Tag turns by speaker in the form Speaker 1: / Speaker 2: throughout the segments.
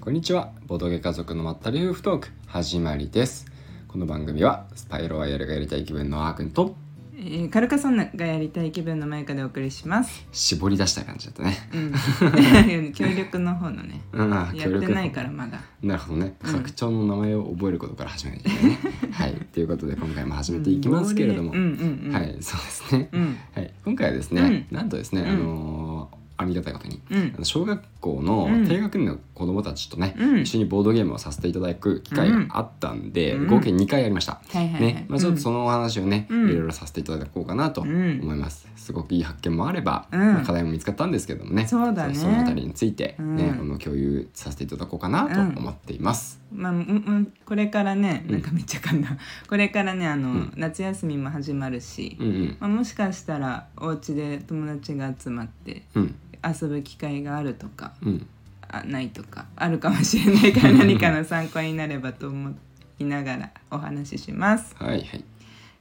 Speaker 1: こんにちはボードゲ家族のまったり夫婦トーク始まりですこの番組はスパイロワイヤルがやりたい気分のあーくんと
Speaker 2: えー、カルカソンヌがやりたい気分の前かでお送りします。
Speaker 1: 絞り出した感じだったね
Speaker 2: うん、協力の方のね、
Speaker 1: うんあー
Speaker 2: やってないからまだ。
Speaker 1: なるほどね
Speaker 2: うん
Speaker 1: 拡張の名前を覚えることから始めないといけないねはいということで今回も始めていきますけれども、
Speaker 2: うんうんうん、
Speaker 1: はいそうですね、
Speaker 2: うん
Speaker 1: はい、今回はですね、
Speaker 2: う
Speaker 1: なんとですね、
Speaker 2: うん
Speaker 1: あのーありがたいことに
Speaker 2: うん
Speaker 1: あの小学校の
Speaker 2: うん
Speaker 1: 低学年の子供たちとね、
Speaker 2: うん
Speaker 1: 一緒にボードゲームをさせていただく機会があったんで、
Speaker 2: うん
Speaker 1: 合計2回やりました。
Speaker 2: はいはいはい。
Speaker 1: ねまあ、ちょっとそのお話をね、
Speaker 2: うん
Speaker 1: いろいろさせていただこうかなと
Speaker 2: うん
Speaker 1: 思います、すごくいい発見もあれば、
Speaker 2: うん
Speaker 1: まあ課題も見つかったんですけどもね
Speaker 2: そうだね
Speaker 1: そのあたりについて、ね
Speaker 2: うん
Speaker 1: あの共有させていただこうかなと思っています、
Speaker 2: うん、まあ、うんうん、これからね、なんかめっちゃ噛んだ。これからね、あの、
Speaker 1: うん
Speaker 2: 夏休みも始まるし。
Speaker 1: うん、うん
Speaker 2: まあ、もしかしたらお家で友達が集まって
Speaker 1: うん
Speaker 2: 遊ぶ機会があるとか
Speaker 1: うん
Speaker 2: あないとかあるかもしれない から何かの参考になればと思いながらお話しします。
Speaker 1: はいはい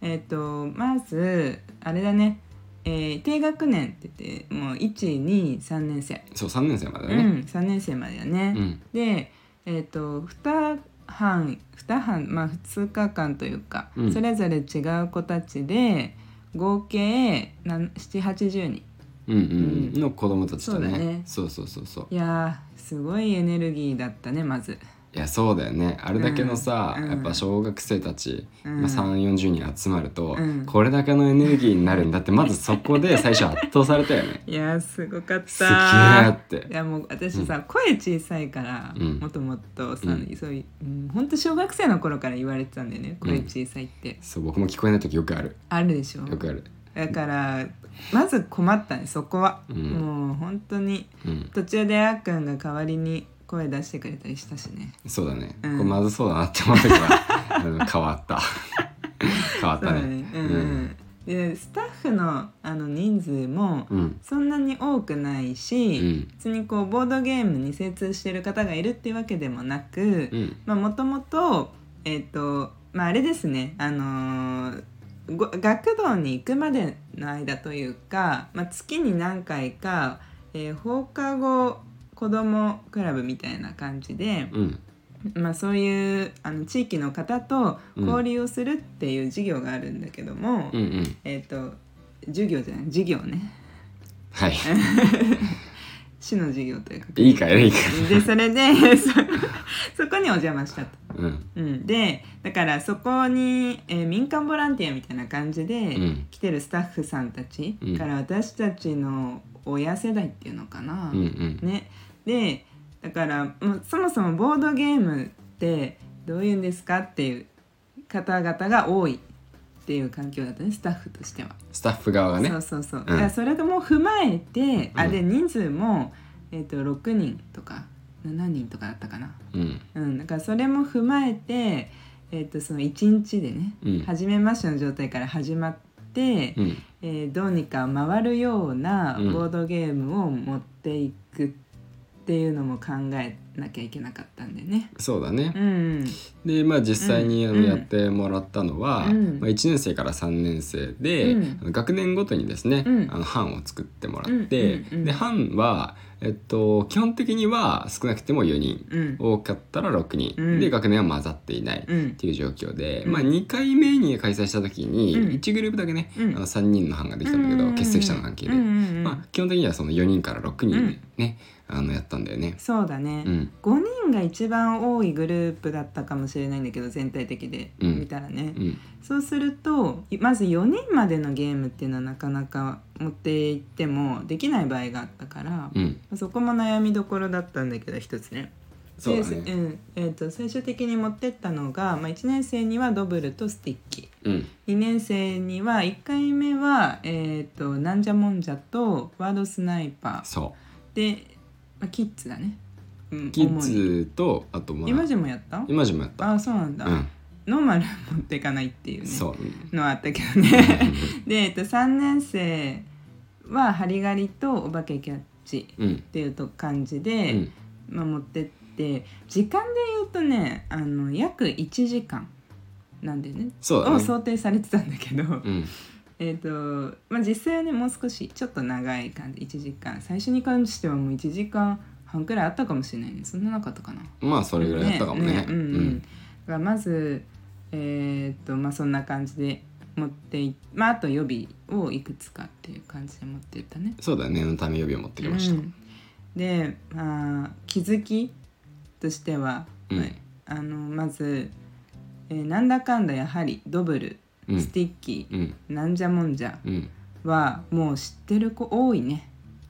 Speaker 2: えっ、とまずあれだね、えー低学年って言ってもう123年生、
Speaker 1: そう3年生まで
Speaker 2: う
Speaker 1: だね、
Speaker 2: ん、3年生までだ
Speaker 1: う
Speaker 2: ね。
Speaker 1: ん
Speaker 2: で、えっと2班2班まあ2日間というか、
Speaker 1: うん
Speaker 2: それぞれ違う子たちで合計780人
Speaker 1: うんうんうん、の子供たちとね
Speaker 2: そうだね
Speaker 1: そうそうそうそう
Speaker 2: いやーすごいエネルギーだったねまず。
Speaker 1: いやそうだよねあれだけのさ、
Speaker 2: うん
Speaker 1: やっぱ小学生たち、
Speaker 2: うん
Speaker 1: まあ、3 4 0人集まると、
Speaker 2: うん
Speaker 1: これだけのエネルギーになるんだってまずそこで最初圧倒されたよね
Speaker 2: いやーすごかった
Speaker 1: すげえって
Speaker 2: いやもう私さ、声小さいから、
Speaker 1: うん
Speaker 2: もっともっとさ、
Speaker 1: うん
Speaker 2: そういう、うん、ほんと小学生の頃から言われてたんだよね
Speaker 1: う
Speaker 2: 声
Speaker 1: ん
Speaker 2: 小さいって、
Speaker 1: そう僕も聞こえない時よくある
Speaker 2: あるでしょ
Speaker 1: よくある
Speaker 2: だからまず困ったねそこは、
Speaker 1: うん
Speaker 2: もう本当に
Speaker 1: うん
Speaker 2: 途中であっくんが代わりに声出してくれたりしたしね
Speaker 1: そうだね、
Speaker 2: う
Speaker 1: こ
Speaker 2: ん
Speaker 1: れまずそうだなって思う時はうん変わった 変わっ
Speaker 2: そう
Speaker 1: た
Speaker 2: だ
Speaker 1: ね
Speaker 2: ねうん、うん、でスタッフのあの人数も
Speaker 1: うん
Speaker 2: そんなに多くないし、
Speaker 1: うん
Speaker 2: 別にこうボードゲームに精通してる方がいるっていうわけでもなく、
Speaker 1: うん
Speaker 2: まあもともとえっ、とまああれですねあのーご学童に行くまでの間というか、まあ、月に何回か、えー放課後子どもクラブみたいな感じで、
Speaker 1: うん
Speaker 2: まあ、そういうあの地域の方と交流をするっていう授業があるんだけども、
Speaker 1: うんうん
Speaker 2: えっ、と授業じゃない授業ね
Speaker 1: はい
Speaker 2: 市の授業というか
Speaker 1: いいかいい か
Speaker 2: でそれでそそこ にお邪魔したと。
Speaker 1: うん
Speaker 2: うん、でだからそこに、えー民間ボランティアみたいな感じで
Speaker 1: うん
Speaker 2: 来てるスタッフさんたち
Speaker 1: うん
Speaker 2: から私たちの親世代っていうのかな、
Speaker 1: うんうん
Speaker 2: ね、でだからもうそもそもボードゲームってどういうんですかっていう方々が多いっていう環境だったねスタッフとしては。
Speaker 1: スタッフ側がね
Speaker 2: そうそうそう、
Speaker 1: うん
Speaker 2: いやそれも踏まえて、あで
Speaker 1: う
Speaker 2: 人数も、えー、と6人とか7人とかだったかな。
Speaker 1: うん
Speaker 2: うん、だからそれも踏まえて、えー、とその1日でね、
Speaker 1: うん
Speaker 2: 初めましての状態から始まって、
Speaker 1: うん
Speaker 2: えーどうにか回るような
Speaker 1: うん
Speaker 2: ボードゲームを持っていくっていうのも考えなきゃいけなかったんでね。
Speaker 1: そうだね、
Speaker 2: うん、
Speaker 1: でまあ実際にあ
Speaker 2: うん
Speaker 1: のやってもらったのは、
Speaker 2: うん
Speaker 1: まあ、1年生から3年生で、
Speaker 2: うん
Speaker 1: あの学年ごとにですね、
Speaker 2: うん
Speaker 1: あの班を作ってもらって、
Speaker 2: うんうんうん
Speaker 1: で班は、えっと、基本的には少なくても4人
Speaker 2: うん、
Speaker 1: 多かったら6人、
Speaker 2: うん
Speaker 1: で学年は混ざっていない。
Speaker 2: う
Speaker 1: っ
Speaker 2: ん、
Speaker 1: ていう状況で、
Speaker 2: うん
Speaker 1: まあ、2回目に開催した時に
Speaker 2: うん
Speaker 1: 1グループだけね、
Speaker 2: うん
Speaker 1: あの3人の班ができたんだけど、欠席者の関係で、
Speaker 2: うんうんうん
Speaker 1: まあ、基本的にはその4人から6人でね、あのやったんだよね。
Speaker 2: そうだね、
Speaker 1: うん
Speaker 2: 5人が一番多いグループだったかもしれないんだけど全体的で
Speaker 1: うん
Speaker 2: 見たらね。
Speaker 1: うん
Speaker 2: そうするといまず4人までのゲームっていうのはなかなか持っていってもできない場合があったから、
Speaker 1: うん、
Speaker 2: そこも悩みどころだったんだけど一つね。
Speaker 1: そうだ
Speaker 2: で
Speaker 1: ね、
Speaker 2: んえー、と最終的に持ってったのが、まあ、1年生にはドブルとスティッキ
Speaker 1: うん
Speaker 2: 2年生には1回目は、えー、となんじゃもんじゃとワードスナイパー
Speaker 1: そう
Speaker 2: で、まあ、キッズだね。うん、
Speaker 1: キッズとあとま
Speaker 2: 主
Speaker 1: あ
Speaker 2: に今じゃもやった
Speaker 1: 今じもやった
Speaker 2: あそうなんだ、
Speaker 1: うん
Speaker 2: ノーマル持っていかないっていうね
Speaker 1: そう
Speaker 2: のあったけどね。で、えっと、3年生は「ハリガリ」と「お化けキャッチ」
Speaker 1: うん
Speaker 2: っていうと感じ
Speaker 1: う
Speaker 2: で、
Speaker 1: ん
Speaker 2: まあ持ってって時間で言うとねあの約1時間なんでね
Speaker 1: そうだ
Speaker 2: を
Speaker 1: ね
Speaker 2: 想定されてたんだけど、
Speaker 1: うん
Speaker 2: えっとまあ、実際はねもう少しちょっと長い感じ1時間最初に関してはもう1時間半くらいあったかもしれないねそんななかったかな
Speaker 1: まあそれぐらいだったかもね
Speaker 2: うんうん、だからまずえーっとまあそんな感じで持っていまああと予備をいくつかっていう感じで持っていったね。
Speaker 1: そうだね念のため予備を持ってきました、
Speaker 2: うんで、まあ、気づきとしては、
Speaker 1: うん
Speaker 2: あのまず、えーなんだかんだやはりドブル、
Speaker 1: うん
Speaker 2: スティッキ
Speaker 1: うん
Speaker 2: ーなんじゃもんじゃ
Speaker 1: うん
Speaker 2: はもう知ってる子多いね。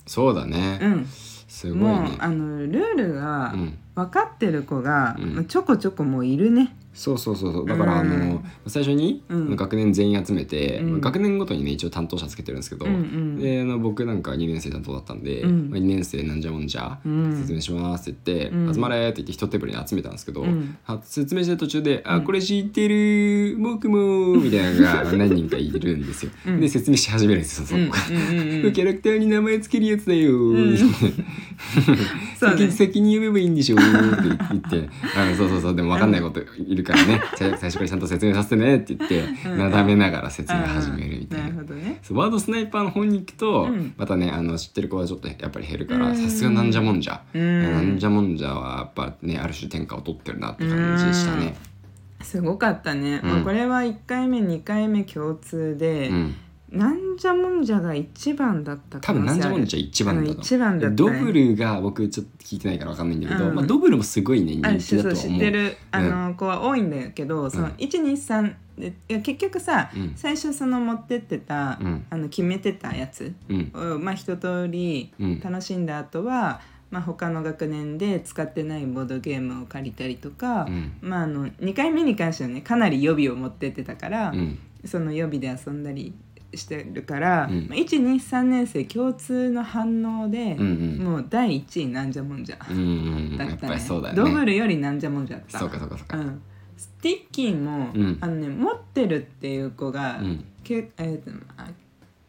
Speaker 1: そうだね、
Speaker 2: うん、
Speaker 1: すごい
Speaker 2: もう
Speaker 1: ね
Speaker 2: あのルールが
Speaker 1: うん
Speaker 2: 分かってる子が、
Speaker 1: うん
Speaker 2: まあちょこちょこもういるね。
Speaker 1: そうそうそうそうだからあ
Speaker 2: うん
Speaker 1: の最初に
Speaker 2: うん
Speaker 1: 学年全員集めて、
Speaker 2: うん
Speaker 1: 学年ごとにね一応担当者つけてるんですけど、
Speaker 2: うんうん
Speaker 1: であの僕なんか2年生担当だったんで、
Speaker 2: うん
Speaker 1: まあ、2年生なんじゃもんじゃ、
Speaker 2: うん
Speaker 1: 説明しますって言って「
Speaker 2: うん
Speaker 1: 集まれ」って言って一テーブルに集めたんですけど、
Speaker 2: うん
Speaker 1: あ説明してる途中で「
Speaker 2: う
Speaker 1: あ
Speaker 2: ん
Speaker 1: これ知ってる僕も」みたいなのが何人かいるんですよ。
Speaker 2: うん
Speaker 1: で説明し始めるんですよそこから。
Speaker 2: うんうんうん
Speaker 1: これ
Speaker 2: う ん
Speaker 1: キャラクターに名前つけるやつだよ、
Speaker 2: んそう
Speaker 1: 先
Speaker 2: ね
Speaker 1: に先に読めばいいんでしょって言 って「あそうそうそうでも分かんないこといるからね最最初からちゃんと説明させてね」って言って
Speaker 2: うん
Speaker 1: なだめながら説明始めるみた
Speaker 2: あー
Speaker 1: い
Speaker 2: な
Speaker 1: な。
Speaker 2: るほどね。
Speaker 1: そうワードスナイパーの方に行くと、
Speaker 2: うん
Speaker 1: またねあの知ってる子はちょっとやっぱり減るか
Speaker 2: う
Speaker 1: ら
Speaker 2: ん
Speaker 1: さすがなんじゃもんじゃ、
Speaker 2: うん
Speaker 1: なんじゃもんじゃはやっぱねある種天下を取ってるなって感じでしたね。
Speaker 2: すごかったね。
Speaker 1: うん
Speaker 2: まあこれは一回目二回目共通で、
Speaker 1: うん、
Speaker 2: なんじゃもんじゃが一番だった
Speaker 1: 多
Speaker 2: 可
Speaker 1: 分な
Speaker 2: 能
Speaker 1: ん
Speaker 2: 性
Speaker 1: じゃ
Speaker 2: あ
Speaker 1: も
Speaker 2: る
Speaker 1: んじゃ一番だと思う
Speaker 2: 一番だった
Speaker 1: ド
Speaker 2: ね
Speaker 1: ブルが僕ちょっと聞いてないからわかんないんだけど、
Speaker 2: うん
Speaker 1: まあ、ドブルもすごいね人
Speaker 2: ある
Speaker 1: 気だ
Speaker 2: 種そ
Speaker 1: と
Speaker 2: う
Speaker 1: は
Speaker 2: 知
Speaker 1: 思
Speaker 2: っ
Speaker 1: う
Speaker 2: てるあの子は多いんだけど、その123でいや結局さ、
Speaker 1: うん
Speaker 2: 最初その持ってってた、
Speaker 1: うん
Speaker 2: あの決めてたやつ
Speaker 1: うん
Speaker 2: を、まあ、一通り
Speaker 1: うん
Speaker 2: 楽しんだ後は、まあ、他の学年で使ってないボードゲームを借りたりとか、
Speaker 1: うん
Speaker 2: まあ、あの2回目に関してはねかなり予備を持ってってたから、
Speaker 1: うん
Speaker 2: その予備で遊んだりしてるから、
Speaker 1: うん
Speaker 2: まあ、123年生共通の反応で、
Speaker 1: うんうん
Speaker 2: もう第1位なんじゃもんじゃ。
Speaker 1: うんうん
Speaker 2: だ
Speaker 1: や
Speaker 2: っ
Speaker 1: ったぱ
Speaker 2: ね
Speaker 1: りそうだよ
Speaker 2: ドブ
Speaker 1: ね
Speaker 2: ルよりなんじゃもんじゃだった
Speaker 1: そうかそうかそうか、
Speaker 2: うん、スティッキーも、
Speaker 1: うん
Speaker 2: あのね持ってるっていう子が、
Speaker 1: うん
Speaker 2: けえーとあ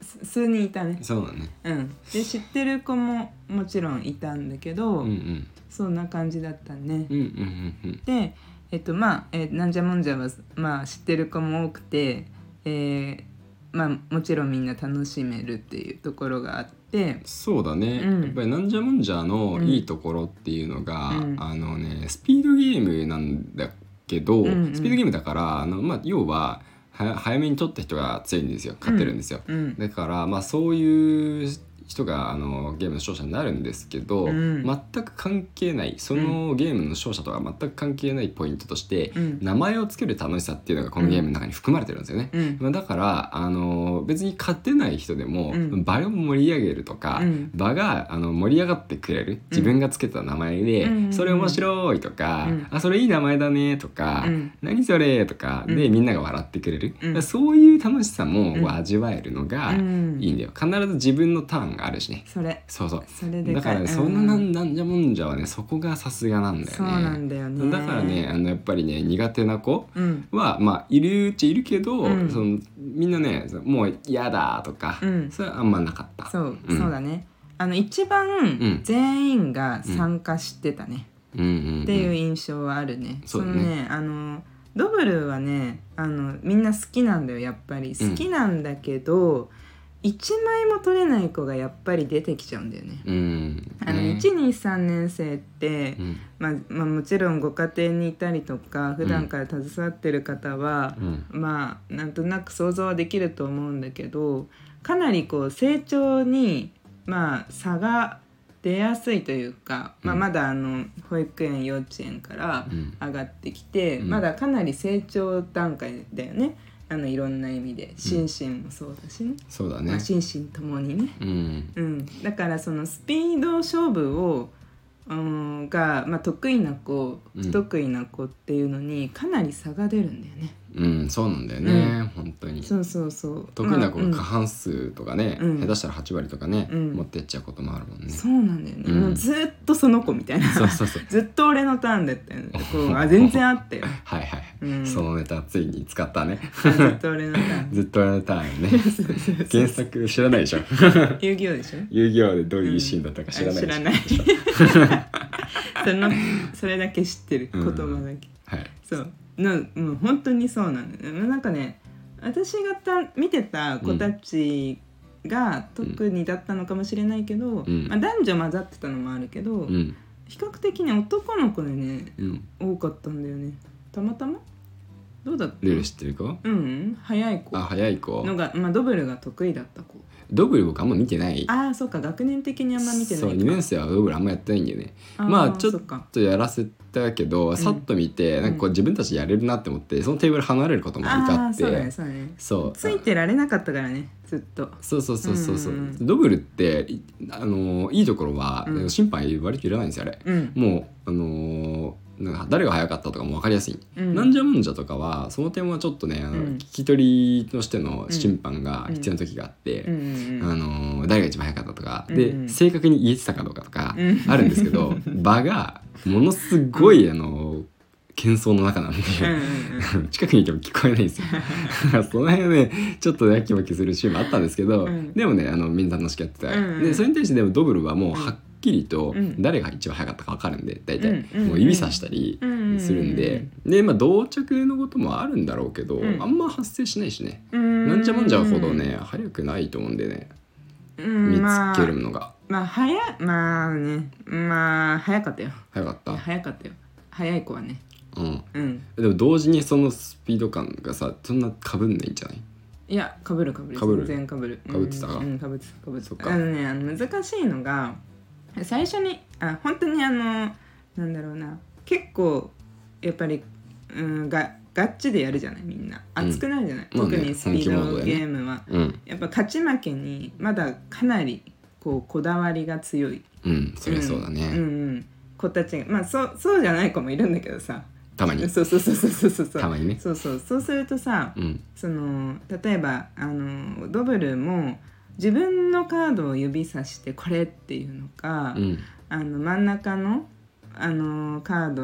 Speaker 2: す数人いたね、
Speaker 1: そうだね
Speaker 2: うん、で知ってる子ももちろんいたんだけど、
Speaker 1: うんうん
Speaker 2: そんな感じだったね、
Speaker 1: うんうんうん
Speaker 2: でえっ、とまあ、えーなんじゃもんじゃは、まあ、知ってる子も多くて、えーまあ、もちろんみんな楽しめるっていうところがあって
Speaker 1: そうだね、
Speaker 2: うん
Speaker 1: やっぱりなんじゃもんじゃの
Speaker 2: うん
Speaker 1: いいところっていうのが、
Speaker 2: うん
Speaker 1: あのねスピードゲームなんだけど、
Speaker 2: うんうん
Speaker 1: スピードゲームだからあの、まあ、要はは早めに取った人が強いんですよ勝ってるんですよ、
Speaker 2: うん
Speaker 1: だからまあそういう人があのゲームの勝者になるんですけど、
Speaker 2: うん
Speaker 1: 全く関係ないそのゲームの勝者とは全く関係ないポイントとして、
Speaker 2: うん
Speaker 1: 名前をつける楽しさっていうのがこのゲームの中に含まれてるんですよね。
Speaker 2: うん
Speaker 1: まあだからあの別に勝てない人でも、
Speaker 2: うん
Speaker 1: 場を盛り上げるとか、
Speaker 2: うん
Speaker 1: 場があの盛り上がってくれる自分がつけた名前で、
Speaker 2: うん
Speaker 1: それ面白いとか、
Speaker 2: うん
Speaker 1: あそれいい名前だねとか、
Speaker 2: うん
Speaker 1: 何それとかで、
Speaker 2: うん
Speaker 1: みんなが笑ってくれる、
Speaker 2: うん
Speaker 1: そういう楽しさも
Speaker 2: うん
Speaker 1: 味わえるのが
Speaker 2: うん
Speaker 1: いいんだよ、必ず自分のターンがあるしね
Speaker 2: それ
Speaker 1: そうそう
Speaker 2: それで
Speaker 1: だ
Speaker 2: か
Speaker 1: か
Speaker 2: い
Speaker 1: らね、
Speaker 2: う
Speaker 1: そんななんなんじゃもんじゃはねそこがさすがなんだよね
Speaker 2: そうなんだよね
Speaker 1: だからねあのやっぱりね苦手な子
Speaker 2: うん
Speaker 1: はまあいるっちゃいるけど、
Speaker 2: うん
Speaker 1: そのみんなねそのもう嫌だとか、
Speaker 2: うん
Speaker 1: それはあんまなかった
Speaker 2: そう、
Speaker 1: うん
Speaker 2: そうだね。あの一
Speaker 1: ん
Speaker 2: 番全員が参加してたね、
Speaker 1: うんうんうん、
Speaker 2: っていう印象はあるね。
Speaker 1: そうだ
Speaker 2: の
Speaker 1: ね
Speaker 2: ね、あのドブルはね、あのみんな好きなんだよやっぱ
Speaker 1: う
Speaker 2: り
Speaker 1: ん
Speaker 2: 好きなんだけど、一、枚も取れない子がやっぱり出てきちゃうんだよね。
Speaker 1: うん
Speaker 2: あの
Speaker 1: ね
Speaker 2: 一二三年生って、
Speaker 1: うん
Speaker 2: まあまあもちろんご家庭にいたりとか普段から携わってる方は。
Speaker 1: うん
Speaker 2: まあなんとなく想像はできると思うんだけどかなりこう成長に、まあ、差が出やすいというか、まあ、
Speaker 1: うん
Speaker 2: まだあの保育園幼稚園から
Speaker 1: うん
Speaker 2: 上がってきて、
Speaker 1: うん
Speaker 2: まだかなり成長段階だよねあのいろんな意味で心身もそうだしね、
Speaker 1: そうだ
Speaker 2: まあ、
Speaker 1: ね、
Speaker 2: 心身ともにね。
Speaker 1: うん
Speaker 2: うん、だからそのスピード勝負を、うん、が、まあ、得意な子
Speaker 1: うん
Speaker 2: 不得意な子っていうのにかなり差が出るんだよね。
Speaker 1: うん、そうなんだよね、
Speaker 2: う
Speaker 1: 本当に
Speaker 2: そうそうそう。
Speaker 1: 得意な子が
Speaker 2: まあうん
Speaker 1: 過半数とかね、
Speaker 2: うん
Speaker 1: 下手したら8割とかね、
Speaker 2: うん
Speaker 1: 持ってっちゃうこともあるもんね。
Speaker 2: そうなんだよね、
Speaker 1: うん
Speaker 2: もうずっとその子みたいな
Speaker 1: そうそう そう。
Speaker 2: ずっと俺のターンだったよねこ うあ全然あったよ
Speaker 1: はいはい、
Speaker 2: うん
Speaker 1: そのネタついに使ったね。
Speaker 2: あずっと俺の ターン
Speaker 1: ずっとやれたんよね。原作知らないでしょ。
Speaker 2: 遊戯王でしょ
Speaker 1: 遊戯王でどういうシーンだったか知らない
Speaker 2: 知
Speaker 1: で
Speaker 2: ら
Speaker 1: しょ。
Speaker 2: ないそのそれだけ知ってる言葉だけ、
Speaker 1: はい。
Speaker 2: そうのもう本当にそうなんだよねなんかね私がた見てた子たちが特にだったのかもしれないけど、
Speaker 1: うん
Speaker 2: まあ、男女混ざってたのもあるけど、
Speaker 1: うん
Speaker 2: 比較的ね男の子でね
Speaker 1: うん
Speaker 2: 多かったんだよねたまたまどうだった
Speaker 1: ルール知ってる子
Speaker 2: うんうん早い子
Speaker 1: あ
Speaker 2: の
Speaker 1: 早い子
Speaker 2: が、まあ、ドブルが得意だった子
Speaker 1: ドブル僕あんま見てない
Speaker 2: ああそうか学年的にあんま見てない
Speaker 1: そう2年生はドブルあんまやってないんだよね
Speaker 2: あー
Speaker 1: まあちょっ
Speaker 2: そか
Speaker 1: ちょっとやらせたけどさっと見て、なんかこう自分たちでやれるなって思ってそのテーブル離れることもあ
Speaker 2: ああー
Speaker 1: って
Speaker 2: そうだねそうだね
Speaker 1: そう
Speaker 2: ついてられなかったからねずっと
Speaker 1: そうそうそうそうそううんドブルっていあのーいいところは、
Speaker 2: うん
Speaker 1: 審判割といらないんですよあれ
Speaker 2: うん
Speaker 1: もうあのーなんか誰が早かったとかも分かりやすい、
Speaker 2: うん
Speaker 1: なんじゃもんじゃとかはその点はちょっとねあの、
Speaker 2: うん
Speaker 1: 聞き取りとしての審判が必要な時があって、
Speaker 2: うんうんうん
Speaker 1: あのー誰が一番早かったとか、で、
Speaker 2: うんうん
Speaker 1: 正確に言えてたかどうかとか
Speaker 2: うん
Speaker 1: あるんですけ ど、場がものすごい、あのー喧騒の中なんで、
Speaker 2: うんうんうん
Speaker 1: 近くにいても聞こえないんですよ その辺はねちょっとやきもきするシーンもあったんですけど、
Speaker 2: うん
Speaker 1: でもねあのみんな楽しくやってた、
Speaker 2: うんうん
Speaker 1: でそれに対してでもドブルはもうはっきりと
Speaker 2: うん
Speaker 1: 誰が一番早かったか分かるんで大体、
Speaker 2: うんうんうん
Speaker 1: もう指さしたりするんで、でまあ同着のこともあるんだろうけど、
Speaker 2: うん
Speaker 1: あんま発生しないしね、
Speaker 2: な
Speaker 1: なんじゃもんじゃほどね早くないと思うんでね見
Speaker 2: 見
Speaker 1: つけるのが
Speaker 2: まあ早いまあねまあ早かったよ
Speaker 1: 早かった、
Speaker 2: 早かったよ早い子はね
Speaker 1: うん、
Speaker 2: うん
Speaker 1: でも同時にそのスピード感がさそんなかぶんないんじゃない
Speaker 2: いやかぶるかぶる
Speaker 1: 被る
Speaker 2: 全然かぶる
Speaker 1: 被ってたか
Speaker 2: うんうん、かぶってたかぶって
Speaker 1: そったか
Speaker 2: あのねあの難しいのが最初にあ本当にあのなんだろうな結構やっぱりうんがガッチでやるじゃないみんな
Speaker 1: うん
Speaker 2: 熱くなるじゃない、
Speaker 1: まあね
Speaker 2: 特にスピー
Speaker 1: 本気モー
Speaker 2: ド
Speaker 1: ドだよ
Speaker 2: ゲ
Speaker 1: ね
Speaker 2: ームは、
Speaker 1: うん
Speaker 2: やっぱ勝ち負けにまだかなりこうこだわりが強い
Speaker 1: うんそりゃそうだね、
Speaker 2: うんうん、子たちがまあそうそうじゃない子もいるんだけどさ
Speaker 1: たまに
Speaker 2: そうそうそうそうそうそうそう
Speaker 1: たまにね
Speaker 2: そうそうそうするとさ
Speaker 1: うん
Speaker 2: その例えばあのドブルも自分のカードを指さしてこれっていうのか、
Speaker 1: うん
Speaker 2: あの真ん中のあのカード、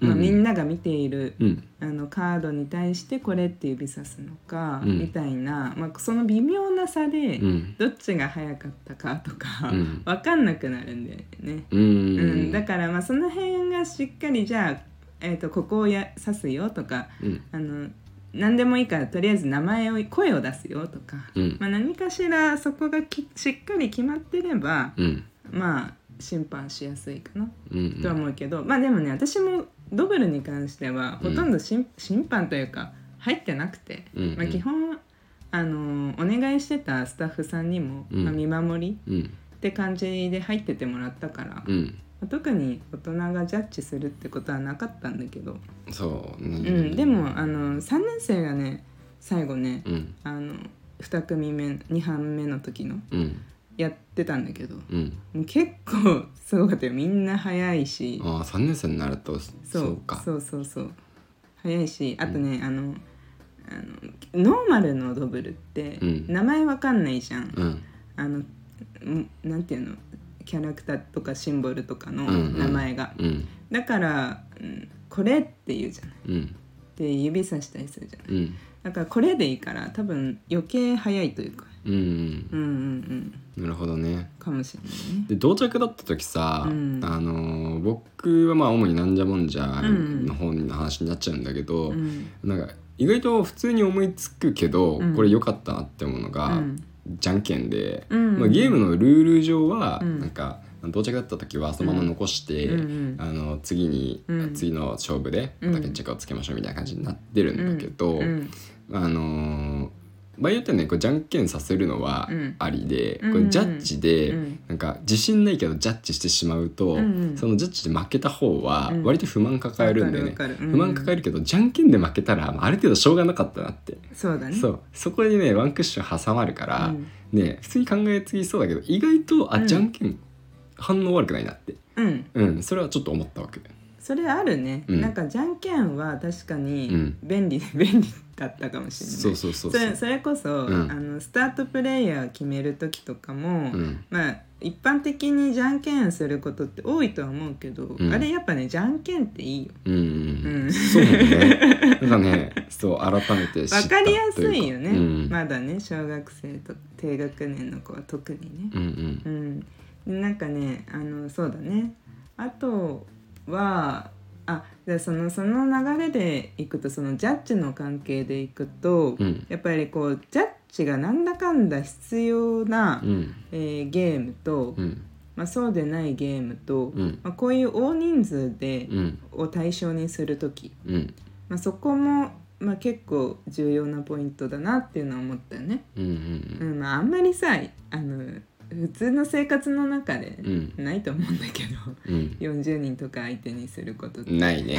Speaker 2: まあ、
Speaker 1: うん
Speaker 2: みんなが見ている、
Speaker 1: うん
Speaker 2: あのカードに対してこれって指さすのか、
Speaker 1: うん
Speaker 2: みたいな、まあ、その微妙な差で
Speaker 1: うん
Speaker 2: どっちが早かったかとか、
Speaker 1: う
Speaker 2: わ
Speaker 1: ん
Speaker 2: 分かんなくなるんだよね。
Speaker 1: う
Speaker 2: うん、
Speaker 1: ん
Speaker 2: だからまあその辺がしっかりじゃあ、えー、とここをや指すよとか
Speaker 1: うん
Speaker 2: あの何でもいいからとりあえず名前を声を出すよとか、
Speaker 1: うん
Speaker 2: まあ、何かしらそこがきしっかり決まってれば、
Speaker 1: うん
Speaker 2: まあ審判しやすいかな
Speaker 1: うんうん
Speaker 2: とは思うけど、まあでもね私もドブルに関してはほとんど審,、審判というか入ってなくて、
Speaker 1: うんうん
Speaker 2: まあ、基本あのお願いしてたスタッフさんにも、
Speaker 1: うん
Speaker 2: まあ、見守り
Speaker 1: うん
Speaker 2: って感じで入っててもらったから。
Speaker 1: うん
Speaker 2: 特に大人がジャッジするってことはなかったんだけど、
Speaker 1: そうう
Speaker 2: うんでもあの3年生がね最後ね、
Speaker 1: うん
Speaker 2: あの2組目2班目の時の
Speaker 1: うん
Speaker 2: やってたんだけども
Speaker 1: うん
Speaker 2: う結構すごかったよみんな早いし
Speaker 1: ああ三年生になるとそ
Speaker 2: そう
Speaker 1: うか
Speaker 2: そうそうそう早いしあとね、あのあのノーマルのドブルって
Speaker 1: うん
Speaker 2: 名前わかんないじゃん、
Speaker 1: うん
Speaker 2: あのんなんていうのキャラクターとかシンボルとかの
Speaker 1: うんうん
Speaker 2: 名前が。
Speaker 1: うん
Speaker 2: だから、うんこれって言うじゃない
Speaker 1: うん
Speaker 2: で指さしたりするじゃない
Speaker 1: うん
Speaker 2: だからこれでいいから多分余計早いというか
Speaker 1: うんうん
Speaker 2: うんうんうん
Speaker 1: なるほどね
Speaker 2: かもしれないね
Speaker 1: で同着だった時さ、
Speaker 2: うん
Speaker 1: あのー僕はまあ主になんじゃもんじゃ
Speaker 2: うん
Speaker 1: の方の話になっちゃうんだけど、
Speaker 2: うん
Speaker 1: なんか意外と普通に思いつくけど、
Speaker 2: うん
Speaker 1: これ良かったなって思うのが、
Speaker 2: うん
Speaker 1: じゃんけんで、
Speaker 2: うん
Speaker 1: まあ、ゲームのルール上は、
Speaker 2: うん
Speaker 1: なんか到着だった時はそのまま残して、
Speaker 2: うんうん
Speaker 1: あの次に、
Speaker 2: うん
Speaker 1: 次の勝負で
Speaker 2: うん
Speaker 1: また決着をつけましょうみたいな感じになってるんだけど、
Speaker 2: うん
Speaker 1: あのー場合によってはねこうじゃんけんさせるのは
Speaker 2: うん
Speaker 1: ありで、
Speaker 2: うん
Speaker 1: これジャッジで、
Speaker 2: うん
Speaker 1: なんか自信ないけどジャッジしてしまうと、
Speaker 2: うんうん
Speaker 1: そのジャッジで負けた方は
Speaker 2: うん
Speaker 1: 割と不満抱えるんだよね
Speaker 2: わ、かるわかるうん
Speaker 1: 不満抱えるけどじゃんけんで負けたらまあある程度しょうがなかったなって
Speaker 2: そうだね
Speaker 1: そうそこにねワンクッション挟まるから、
Speaker 2: うん
Speaker 1: ね普通に考えつきそうだけど意外とあ、
Speaker 2: うん
Speaker 1: じゃんけん反応悪くないなって
Speaker 2: うん
Speaker 1: うんそれはちょっと思ったわけ
Speaker 2: それあるね、
Speaker 1: うん
Speaker 2: なんかじゃんけんは確か
Speaker 1: う
Speaker 2: に
Speaker 1: ん
Speaker 2: 便利、 便利だったかもしれない
Speaker 1: そうそうそう
Speaker 2: そうれそれこそ、
Speaker 1: うん
Speaker 2: あのスタートプレイヤー決める時とかも、
Speaker 1: うん
Speaker 2: まあ一般的にじゃんけんすることって多いとは思うけど、
Speaker 1: ん
Speaker 2: あれやっぱねじゃんけんっていいよ
Speaker 1: うんうん、
Speaker 2: うん
Speaker 1: そうねなんかねそう改めて知った
Speaker 2: わかりやすいよね、
Speaker 1: というか
Speaker 2: まだね小学生と低学年の子は特に
Speaker 1: う
Speaker 2: ね
Speaker 1: んうん
Speaker 2: うん、でなんかねあのそうだねあとはあでそのその流れでいくとそのジャッジの関係でいくと、
Speaker 1: うん
Speaker 2: やっぱりこうジャッ値がなんだかんだ必要な、
Speaker 1: うん
Speaker 2: えーゲームと、
Speaker 1: うん
Speaker 2: まあ、そうでないゲームと、
Speaker 1: うん
Speaker 2: まあ、こういう大人数で、
Speaker 1: うん
Speaker 2: を対象にする時、
Speaker 1: うん
Speaker 2: まあ、そこも、まあ、結構重要なポイントだなっていうのは思ったよね。
Speaker 1: うんうん
Speaker 2: うんまあ、あんまりさあの普通の生活の中で
Speaker 1: うんうん
Speaker 2: ないと思うんだけど、
Speaker 1: うん
Speaker 2: 40人とか相手にすることって
Speaker 1: ないね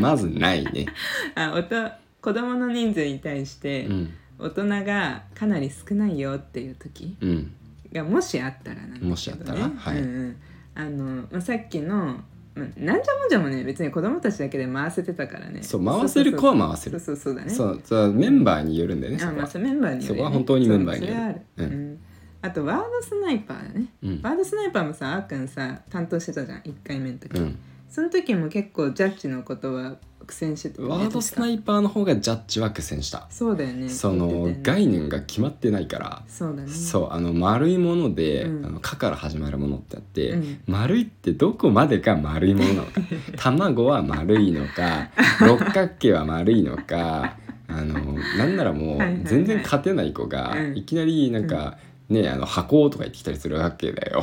Speaker 1: まずないね
Speaker 2: あおと子供の人数に対して
Speaker 1: うん
Speaker 2: 大人がかなり少ないよっていう時
Speaker 1: うん
Speaker 2: がもしあったらなんだけど、ね、
Speaker 1: もしあったらはい
Speaker 2: うんうんあのまあ、さっきの、まあ、なんじゃもんじゃもね別に子供たちだけで回せてたからね
Speaker 1: そう回せる子は回せ
Speaker 2: そう
Speaker 1: る
Speaker 2: そうそうそうだね
Speaker 1: そうそうメンバーによるんだよねそ
Speaker 2: あ
Speaker 1: こ
Speaker 2: まあ
Speaker 1: は
Speaker 2: そうメンバーによ
Speaker 1: そ
Speaker 2: るよね
Speaker 1: こは本当にメンバーによる
Speaker 2: そうそれはある、
Speaker 1: うん
Speaker 2: うんあとワードスナイパーだね
Speaker 1: うん
Speaker 2: ワードスナイパーもさあーくんさ担当してたじゃん1回目の時、
Speaker 1: うん
Speaker 2: その時も結構ジャッジのことは苦戦してたよね
Speaker 1: ワードスナ
Speaker 2: 確か
Speaker 1: イパーの方がジャッジは苦戦した
Speaker 2: そうだよね
Speaker 1: そ
Speaker 2: 言っ
Speaker 1: の
Speaker 2: てたよね
Speaker 1: 概念が決まってないから
Speaker 2: そうだね
Speaker 1: そうあの丸いもので「
Speaker 2: うん
Speaker 1: あのか」から始まるものってあって、
Speaker 2: うん
Speaker 1: 丸いってどこまでが丸いものなの か卵は丸いのか六角形は丸いのかあのなんならもう
Speaker 2: はいはいはい
Speaker 1: 全然勝てない子が
Speaker 2: うん
Speaker 1: いきなりなんか、ねあの箱とか言ってきたりするわけだよ。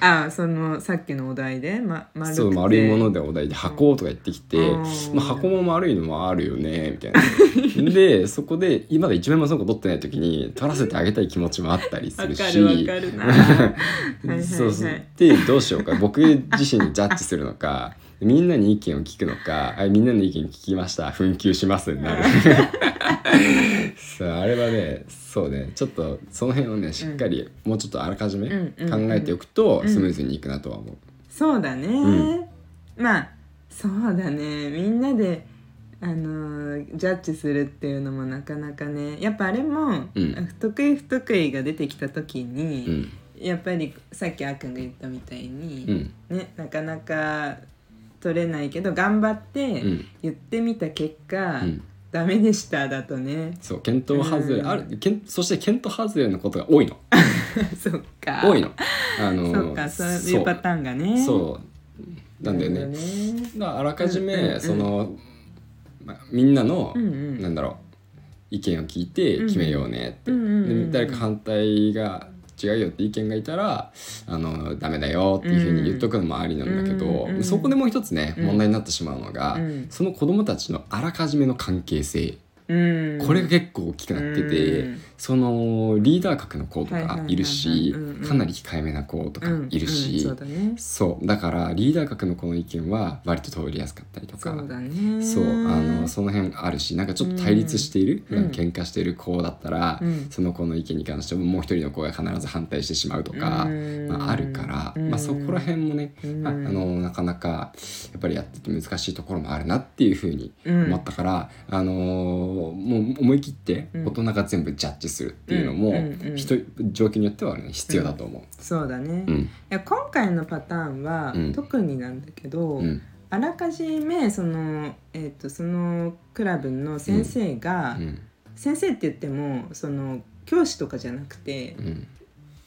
Speaker 2: ああそのさっきのお題で、ま、丸くて
Speaker 1: そう丸いものでお題で箱とか言ってきて、
Speaker 2: うん
Speaker 1: まあ、箱も丸いのもあるよねみたい なでそこで今だ一面もその子取ってない時に取らせてあげたい気持ちもあったりす
Speaker 2: わ
Speaker 1: る
Speaker 2: か
Speaker 1: し
Speaker 2: るわか るなはいはいはい
Speaker 1: そうそうでどうしようか僕自身にジャッジするの かみんなに意見を聞くのかあみんなの意見聞きました紛糾しますになるそうあれはねそうねちょっとその辺をねしっかり、もうちょっとあらかじめ考
Speaker 2: うんうんうん
Speaker 1: えておくとスムーズにいくなとは思う。
Speaker 2: そうだね、
Speaker 1: うん
Speaker 2: まあそうだねみんなであのージャッジするっていうのもなかなかねやっぱあれも、
Speaker 1: うん
Speaker 2: 不得意不得意が出てきた時に、
Speaker 1: うん
Speaker 2: やっぱりさっきあーくんが言ったみたいに、
Speaker 1: うん
Speaker 2: ね、なかなか取れないけど頑張って
Speaker 1: うん
Speaker 2: 言ってみた結果、
Speaker 1: うん
Speaker 2: ダメでしただとね
Speaker 1: そう検討外れ、
Speaker 2: うん
Speaker 1: あるけんそして検討外れのことが多いの
Speaker 2: そっか
Speaker 1: 多いのあの
Speaker 2: そっかそういうパターンがね
Speaker 1: そうなんだよね
Speaker 2: るほどね
Speaker 1: だからあらかじめ、
Speaker 2: うんうんうん
Speaker 1: その、ま、みんなの、
Speaker 2: うんうん
Speaker 1: なんだろう意見を聞いて
Speaker 2: うん
Speaker 1: 決めようねって、
Speaker 2: うんうんうん
Speaker 1: で誰か反対が違うよって意見がいたらあのダメだよっていうふうに言っとくのもありなんだけど、
Speaker 2: うんうんうん
Speaker 1: そこでもう一つね
Speaker 2: うん
Speaker 1: 問題になってしまうのが、
Speaker 2: うん
Speaker 1: その子供たちのあらかじめの関係性、
Speaker 2: うん
Speaker 1: これが結構大きくなってて、
Speaker 2: うん
Speaker 1: そのリーダー格の子と
Speaker 2: はいはいはい
Speaker 1: か
Speaker 2: はい
Speaker 1: いるし
Speaker 2: うんうん
Speaker 1: かなり控えめな子とかいる
Speaker 2: うんうん
Speaker 1: し、
Speaker 2: そうだね
Speaker 1: そうだからリーダー格の子の意見は割と通りやすかったりとか
Speaker 2: そうだね
Speaker 1: そうあのその辺あるしなんかちょっと対立している、
Speaker 2: うん
Speaker 1: なんか喧嘩している子だったら、
Speaker 2: うん
Speaker 1: その子の意見に関してももう一人の子が必ず反対してしまうとか、
Speaker 2: うん
Speaker 1: まあ、あるから、
Speaker 2: うん
Speaker 1: まあ、そこら辺もね、
Speaker 2: うん
Speaker 1: ああのなかなかやっぱりやってて難しいところもあるなっていうふうに
Speaker 2: うん
Speaker 1: 思ったから、あのーもう思い切って
Speaker 2: うん
Speaker 1: 大人が全部ジャッジするっていうの
Speaker 2: う
Speaker 1: も
Speaker 2: んうんうん
Speaker 1: 人状況によってはね必要だと思う。
Speaker 2: そうだね、
Speaker 1: う
Speaker 2: い
Speaker 1: ん
Speaker 2: や今回のパターンは、
Speaker 1: うん
Speaker 2: 特になんだけど、
Speaker 1: うん
Speaker 2: あらかじめその,、えー、とそのクラブの先生が、
Speaker 1: うん
Speaker 2: 先生って言ってもその教師とかじゃなくて
Speaker 1: う、ん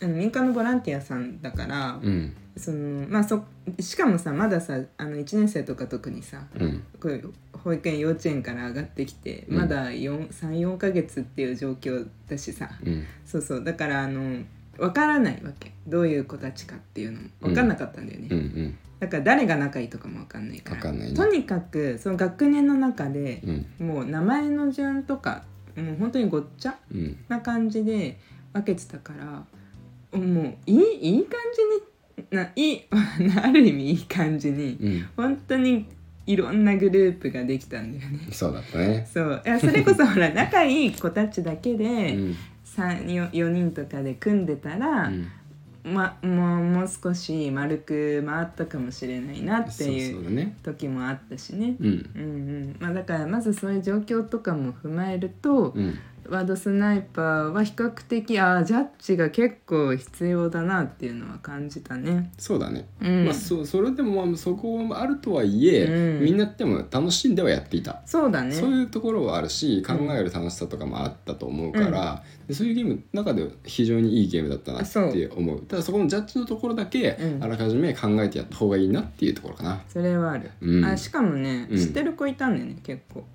Speaker 2: あの民間のボランティアさんだから、
Speaker 1: うん
Speaker 2: そのまあ、そしかもさまださあの1年生とか特にさ
Speaker 1: うん
Speaker 2: こう保育園幼稚園から上がってきて、
Speaker 1: うん
Speaker 2: まだ34ヶ月っていう状況だしさ
Speaker 1: うん
Speaker 2: そうそうだからあの分からないわけどういう子たちかっていうのも分かんなかったんだよね、
Speaker 1: うんうん
Speaker 2: だから誰が仲いいとかも分かんないから
Speaker 1: わかんないね
Speaker 2: とにかくその学年の中で
Speaker 1: うん
Speaker 2: もう名前の順とかもう本当にごっちゃ
Speaker 1: うん
Speaker 2: な感じで分けてたからもういいいい感じにない いある意味いい感じに
Speaker 1: うん
Speaker 2: 本当にいろんなグループができたんだよね。
Speaker 1: そうだったね。
Speaker 2: そういやそれこそほら仲いい子たちだけ
Speaker 1: う
Speaker 2: で
Speaker 1: ん
Speaker 2: 4人とかで組んでた
Speaker 1: う
Speaker 2: ら、
Speaker 1: ん
Speaker 2: ま、もうもう少し丸く回ったかもしれないなって
Speaker 1: そう
Speaker 2: い
Speaker 1: そう
Speaker 2: う
Speaker 1: だね。
Speaker 2: 時もあったしね。
Speaker 1: うん
Speaker 2: うんうんまあ、だからまずそういう状況とかも踏まえると、
Speaker 1: うん
Speaker 2: ワードスナイパーは比較的あージャッジが結構必要だなっていうのは感じたね。
Speaker 1: そうだね。
Speaker 2: うん
Speaker 1: まあそそれでもまあそこもあるとはいえ、
Speaker 2: うん
Speaker 1: みんなでも楽しんではやっていた。
Speaker 2: そうだね
Speaker 1: そういうところはあるし考える楽しさとかもあったと思うから、でそういうゲームの中では非常にいいゲームだったなって思うただそこのジャッジのところだけ
Speaker 2: うん
Speaker 1: あらかじめ考えてやった方がいいなっていうところかな、
Speaker 2: それはある、
Speaker 1: うん
Speaker 2: あしかもね
Speaker 1: うん
Speaker 2: 知ってる子いたんだよね、結構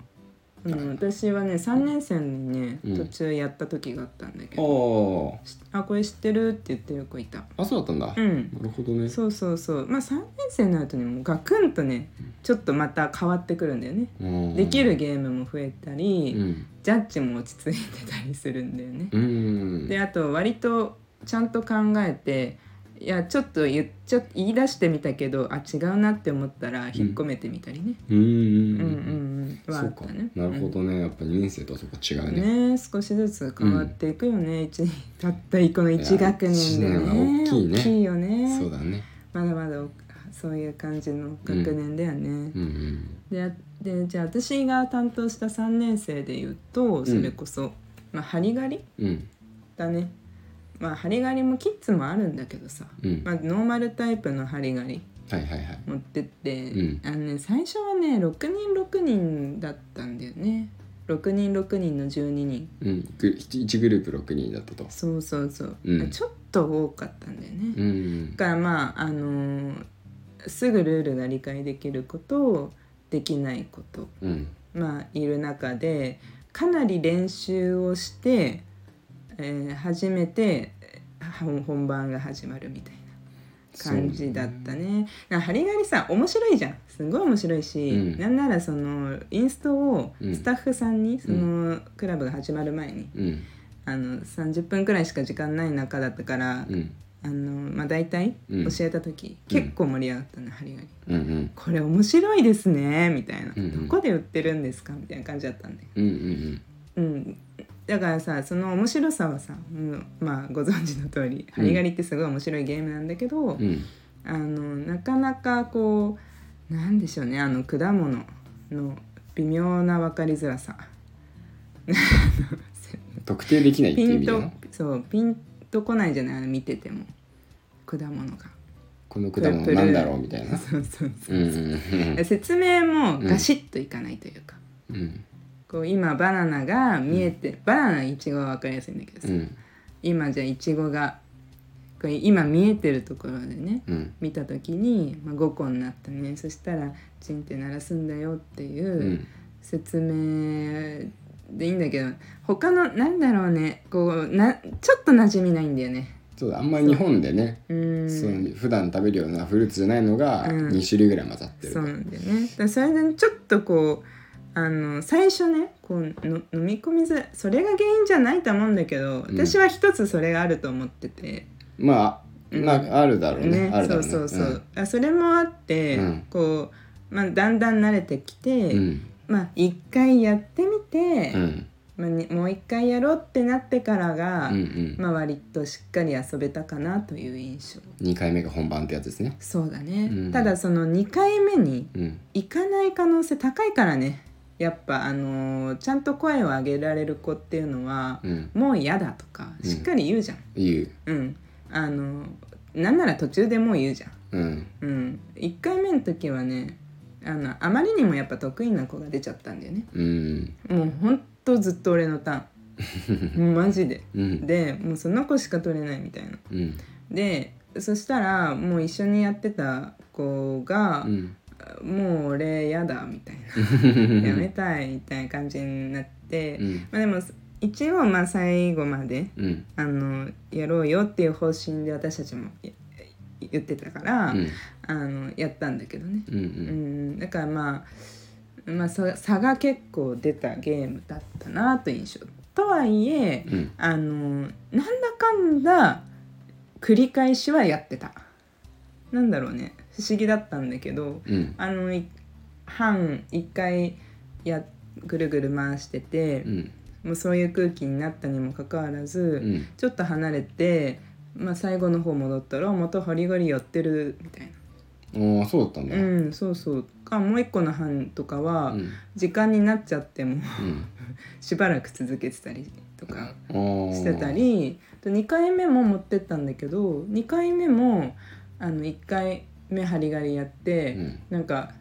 Speaker 2: うん、私はね3年生にね
Speaker 1: うん
Speaker 2: 途中やった時があったんだけど、
Speaker 1: おー
Speaker 2: しあこれ知ってるって言ってる子いた
Speaker 1: あそうだったんだ、
Speaker 2: うん
Speaker 1: なるほどね
Speaker 2: そうそうそうまあ3年生になるとねもうガクンとねちょっとまた変わってくるんだよね
Speaker 1: うん
Speaker 2: できるゲームも増えたり、
Speaker 1: うん
Speaker 2: ジャッジも落ち着いてたりするんだよね、
Speaker 1: うん
Speaker 2: であと割とちゃんと考えていやちょっと言っちゃ言い出してみたけどあ違うなって思ったら引っ込めてみたりね、
Speaker 1: うんうん
Speaker 2: う
Speaker 1: う
Speaker 2: ん、うん
Speaker 1: ん
Speaker 2: うんはあ
Speaker 1: そう
Speaker 2: っ
Speaker 1: か
Speaker 2: たね
Speaker 1: なるほどねやっぱ2年生とはそこ違うね
Speaker 2: ね少しずつ変わっていくよね、一たったこの1学年で
Speaker 1: い
Speaker 2: ね
Speaker 1: や一年は大きいね
Speaker 2: 大きいよね
Speaker 1: そうだね
Speaker 2: まだまだおそういう感じの学年だよね、
Speaker 1: うん
Speaker 2: であでじゃあ私が担当した3年生でいうとそれこそ、まあ、張り刈り
Speaker 1: うんうん
Speaker 2: だねまあ張り刈りもキッズもあるんだけどさ、
Speaker 1: うん
Speaker 2: まあ、ノーマルタイプの張り刈り
Speaker 1: はいはいはい
Speaker 2: 持ってって、
Speaker 1: うん
Speaker 2: あのね、最初はね6人6人だったんだよね6人6人の12人
Speaker 1: うんぐ一グループ六人だったと
Speaker 2: そうそうそう、
Speaker 1: うん
Speaker 2: ちょっと多かったんだよね、
Speaker 1: う
Speaker 2: だ
Speaker 1: ん
Speaker 2: からまああのーすぐルールが理解できることできないこと
Speaker 1: うん
Speaker 2: まあいる中でかなり練習をして、えー初めて本本番が始まるみたいな感じだったね。なハリガリさん面白いじゃんすごい面白いし、
Speaker 1: うん
Speaker 2: なんならそのインストを
Speaker 1: うん
Speaker 2: スタッフさんに、そのクラブが始まる前に
Speaker 1: うん
Speaker 2: あの30分くらいしか時間ない中だったから、
Speaker 1: うん
Speaker 2: あのまあ、大体
Speaker 1: うん
Speaker 2: 教えた時、
Speaker 1: うん
Speaker 2: 結構盛り上がったねハリガリ。
Speaker 1: うんうん
Speaker 2: これ面白いですねみたいな、
Speaker 1: うんうん
Speaker 2: どこで売ってるんですかみたいな感じだったんだ
Speaker 1: う
Speaker 2: け
Speaker 1: んうん
Speaker 2: ど、うん、だからさその面白さはさ、うん、まあご存知の通りハリガリってすごい面白いゲームなんだけど、
Speaker 1: うんうん
Speaker 2: あのなかなかこうなんでしょうねあの果物の微妙な分かりづらさ
Speaker 1: 特定できないってい
Speaker 2: ピ
Speaker 1: う意
Speaker 2: ン
Speaker 1: 味だ
Speaker 2: と
Speaker 1: な
Speaker 2: そうピンとこないじゃないあの見てても果物が。
Speaker 1: この果物なんだろうみたいな
Speaker 2: そうそうそううん
Speaker 1: うんうん
Speaker 2: 説明もガシッといかないというか。
Speaker 1: うん
Speaker 2: こう今バナナが見えて、バナナイチゴは分かりやすいんだけどさ、
Speaker 1: うん
Speaker 2: 今じゃあイチゴがこれ今見えてるところでね
Speaker 1: うん
Speaker 2: 見た時に、まあ、5個になったねそしたらチンって鳴らすんだよっていううん説明でいいんだけど他のなんだろうねこうなちょっと馴染みないんだよね。
Speaker 1: そうだあんまり日本でね
Speaker 2: うーん
Speaker 1: その普段食べるようなフルーツじゃないのが
Speaker 2: うん
Speaker 1: 2種類ぐらい混ざってる
Speaker 2: そうなんだよね。だからそれでちょっとこうあの最初ねこうの飲み込みづらいそれが原因じゃないと思うんだけど
Speaker 1: うん
Speaker 2: 私は一つそれがあると思ってて、
Speaker 1: まあ
Speaker 2: うん
Speaker 1: まああるだろうね
Speaker 2: ね
Speaker 1: あるだ
Speaker 2: そ
Speaker 1: ろ
Speaker 2: う
Speaker 1: ね
Speaker 2: そうそう、あそれもあって、
Speaker 1: うん
Speaker 2: こう、まあ、だんだん慣れてきて、
Speaker 1: うん
Speaker 2: まあ一回やってみて、
Speaker 1: うん
Speaker 2: まあに、もう一回やろうってなってからが、
Speaker 1: うんうん
Speaker 2: まあ割としっかり遊べたかなという印象
Speaker 1: 2回目が本番ってやつですね
Speaker 2: そうだね、
Speaker 1: うん
Speaker 2: ただその2回目に
Speaker 1: うん
Speaker 2: 行かない可能性高いからねやっぱあのーちゃんと声を上げられる子っていうのは、
Speaker 1: うん
Speaker 2: もう嫌だとか
Speaker 1: うん
Speaker 2: しっかり言うじゃん、
Speaker 1: 言う
Speaker 2: うんあのーなんなら途中でもう言うじゃん、
Speaker 1: うん
Speaker 2: うん、1回目の時はねあのあまりにもやっぱ得意な子が出ちゃったんだよね
Speaker 1: うん
Speaker 2: もうほんとずっと俺のタ ーンマジで
Speaker 1: うん
Speaker 2: でもうその子しか取れないみたいな
Speaker 1: うん
Speaker 2: でそしたらもう一緒にやってた子が
Speaker 1: う、ん
Speaker 2: もう俺やだみたい なやめたいみたいな感じになって、
Speaker 1: うん
Speaker 2: まあ、でも一応まあ最後まで
Speaker 1: うん
Speaker 2: あのやろうよっていう方針で私たちもや言ってたから、
Speaker 1: うん
Speaker 2: あのやったんだけどね、
Speaker 1: うんう
Speaker 2: うん
Speaker 1: ん
Speaker 2: だからまあ、まあ、そ差が結構出たゲームだったなという印象とはいえ
Speaker 1: うん
Speaker 2: あのなんだかんだ繰り返しはやってたなんだろうね不思議だったんだけど
Speaker 1: うん
Speaker 2: あのい半一回やぐるぐる回してて、
Speaker 1: うん
Speaker 2: もうそういう空気になったにもかかわらず、
Speaker 1: うん
Speaker 2: ちょっと離れて、まあ、最後の方戻ったらまたハリガリやってるみたい
Speaker 1: うん
Speaker 2: な、
Speaker 1: ああそうだったんだ
Speaker 2: うんそうそうかもう一個の班とかは、
Speaker 1: うん
Speaker 2: 時間になっちゃっても
Speaker 1: うん
Speaker 2: しばらく続けてたりとか
Speaker 1: あー
Speaker 2: してたりと2回目も持ってったんだけど2回目もあの1回目ハリガリやって。
Speaker 1: うん
Speaker 2: なんか「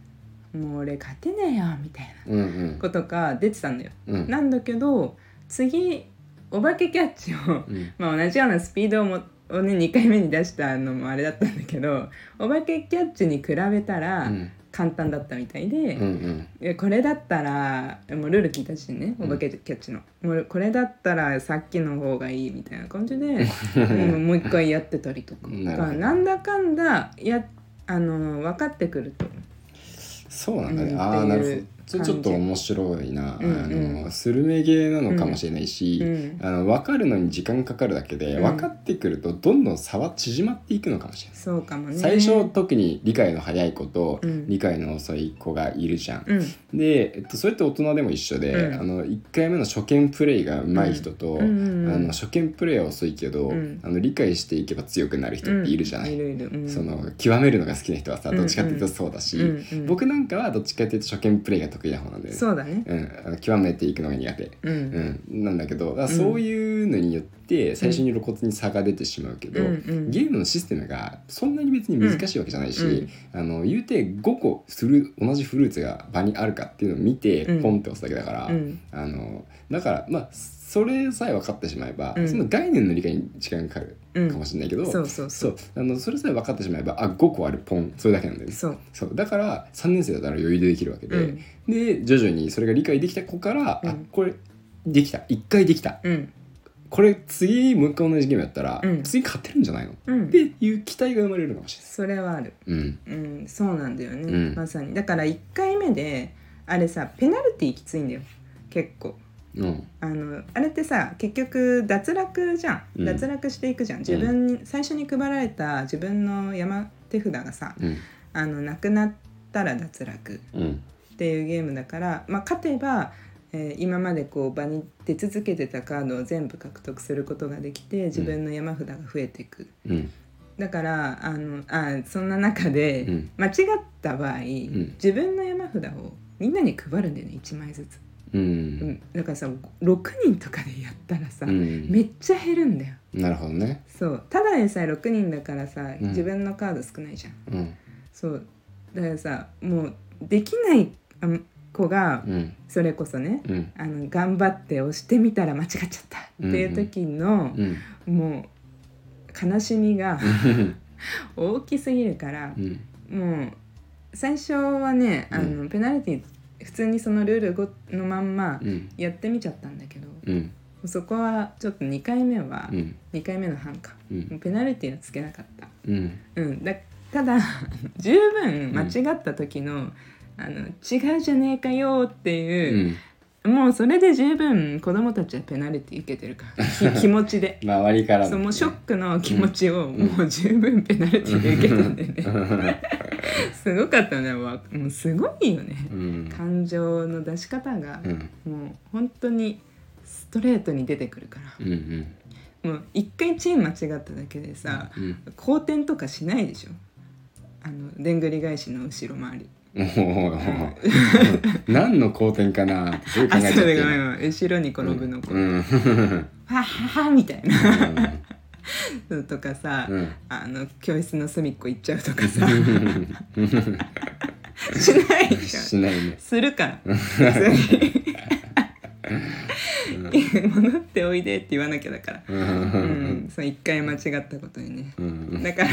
Speaker 2: もう俺勝てねえよ」みたい
Speaker 1: うん
Speaker 2: なことが出てたんだよ。
Speaker 1: うんうん
Speaker 2: なんだけど次お化けキャッチを、
Speaker 1: うん
Speaker 2: まあ、同じようなスピードをもをね2回目に出したのもあれだったんだけどお化けキャッチに比べたら
Speaker 1: うん
Speaker 2: 簡単だったみたいで、
Speaker 1: うんうん
Speaker 2: いやこれだったらもうルール聞いたしね
Speaker 1: う
Speaker 2: お
Speaker 1: ん
Speaker 2: 化けキャッチの、もうこれだったらさっきの方がいいみたいな感 じでうんもう一回やってたりとか
Speaker 1: なるほど
Speaker 2: なんだかんだやあの分かってくると
Speaker 1: そうなんだね、
Speaker 2: うん
Speaker 1: ああな
Speaker 2: っていう
Speaker 1: るほどちょちょっと面白いな、
Speaker 2: うんう
Speaker 1: あ
Speaker 2: ん
Speaker 1: のスルメゲーなのかもしれないし、
Speaker 2: うん
Speaker 1: あの分かるのに時間かかるだけで
Speaker 2: うん
Speaker 1: 分かってくるとどんどん差は縮まっていくのかもしれない、
Speaker 2: そうかもね
Speaker 1: 最初特に理解の早い子と
Speaker 2: うん
Speaker 1: 理解の遅い子がいるじゃん。
Speaker 2: うん
Speaker 1: で、えっと、それって大人でも一緒で、
Speaker 2: うん
Speaker 1: あの1回目の初見プレイが上手い人と、
Speaker 2: うんうんうん
Speaker 1: あの初見プレイは遅いけど、
Speaker 2: うん
Speaker 1: あの理解していけば強くなる人っているじゃない。
Speaker 2: うんいるいる、うん、
Speaker 1: その極めるのが好きな人はさどっちかっていうとそうだし、
Speaker 2: うんうん
Speaker 1: 僕なんかはどっちかっていうと初見プレイが得意な方なんだよね
Speaker 2: そうだね
Speaker 1: うんあの、極めていくのが苦手、
Speaker 2: うん、
Speaker 1: うん、なんだけどだからそういうのによって最初に露骨に差が出てしまうけど、
Speaker 2: うんうん
Speaker 1: ゲームのシステムがそんなに別に難しいわけじゃないし、
Speaker 2: うん
Speaker 1: あの言うて5個フル同じフルーツが場にあるかっていうのを見て
Speaker 2: うん
Speaker 1: ポンって押すだけだから、
Speaker 2: うん
Speaker 1: あのだからまあそれさえ分かってしまえば、
Speaker 2: うん
Speaker 1: その概念の理解に時間がかかる
Speaker 2: うん
Speaker 1: かもしれないけど、
Speaker 2: そうそうそ
Speaker 1: そううあのそれさえ分かってしまえばあ5個あるポンそれだけなんだよね
Speaker 2: そう
Speaker 1: そうだから3年生だったら余裕でできるわけで、
Speaker 2: うん
Speaker 1: で徐々にそれが理解できた子から、
Speaker 2: うん
Speaker 1: あこれできた1回できた
Speaker 2: うん
Speaker 1: これ次もう一回同じゲームやったら、
Speaker 2: うん
Speaker 1: 次勝てるんじゃないのっ
Speaker 2: うん
Speaker 1: ていう期待が生まれるかもし
Speaker 2: それはある
Speaker 1: れない。うん
Speaker 2: うんそうなんだよね、
Speaker 1: うん
Speaker 2: まさにだから1回目であれさペナルティーきついんだよ結構
Speaker 1: うん
Speaker 2: あのあれってさ結局脱落じゃん、
Speaker 1: うん
Speaker 2: 脱落していくじゃん自分に、最初に配られた自分の山手札がさ
Speaker 1: うん
Speaker 2: あのなくなったら脱落
Speaker 1: うん
Speaker 2: っていうゲームだから、まあ、勝てば、えー今までこう場に出続けてたカードを全部獲得することができて自分の山札が増えていく、
Speaker 1: うん
Speaker 2: だからあのあそんな中で、
Speaker 1: うん
Speaker 2: 間違った場合、
Speaker 1: ん
Speaker 2: 自分の山札をみんなに配るんだよね1枚ずつ、
Speaker 1: う
Speaker 2: うんん、だからさ6人とかでやったらさ、
Speaker 1: うん
Speaker 2: めっちゃ減るんだよ
Speaker 1: なるほどね。
Speaker 2: そうただでさえ6人だからさ
Speaker 1: うん
Speaker 2: 自分のカード少ないじゃん、
Speaker 1: うん
Speaker 2: そうだからさもうできないあの子が
Speaker 1: うん
Speaker 2: それこそね、
Speaker 1: うん
Speaker 2: あの頑張って押してみたら間違っちゃったっていう時の、
Speaker 1: うん
Speaker 2: もう悲しみが
Speaker 1: うん
Speaker 2: 大きすぎるから
Speaker 1: う、ん
Speaker 2: もう最初はねあの、ペナルティ普通にそのルールごのまんま
Speaker 1: うん
Speaker 2: やってみちゃったんだけど、
Speaker 1: うん
Speaker 2: そこはちょっと2回目は、
Speaker 1: うん
Speaker 2: 2回目の半か、
Speaker 1: うん
Speaker 2: もうペナルティはつけなかった。
Speaker 1: うん
Speaker 2: うん、だただ十分間違った時の,、あの違うじゃねえかよって
Speaker 1: う
Speaker 2: いう、
Speaker 1: ん
Speaker 2: もうそれで十分子供たちはペナルティ受けてるか らき気持ちで
Speaker 1: 周りから
Speaker 2: そ
Speaker 1: の
Speaker 2: う
Speaker 1: ね
Speaker 2: もうショックの気持ちをもう十分ペナルティで受けたんでねすごかったねわもうすごいよね
Speaker 1: うん
Speaker 2: 感情の出し方が
Speaker 1: う、ん
Speaker 2: もう本当にストレートに出てくるか
Speaker 1: う
Speaker 2: ら
Speaker 1: んうん
Speaker 2: もう一回チーム間違っただけでさ、
Speaker 1: うん
Speaker 2: 好転とかしないでしょあのでんぐり返しの後ろ回り
Speaker 1: おー何の好転かなってすごい考
Speaker 2: あ
Speaker 1: えちゃ
Speaker 2: そ
Speaker 1: っ
Speaker 2: う
Speaker 1: て
Speaker 2: だご
Speaker 1: 今
Speaker 2: めんごめん後ろに転ぶのこう、
Speaker 1: うん
Speaker 2: はははみたいな
Speaker 1: う
Speaker 2: のとかさ、
Speaker 1: んうん
Speaker 2: あの教室の隅っこ行っちゃうと かさしないじゃん
Speaker 1: しないね
Speaker 2: するから普通に 戻っておいでって言わなきゃだから、
Speaker 1: うん
Speaker 2: うん、その一回間違ったことにね
Speaker 1: うん
Speaker 2: だから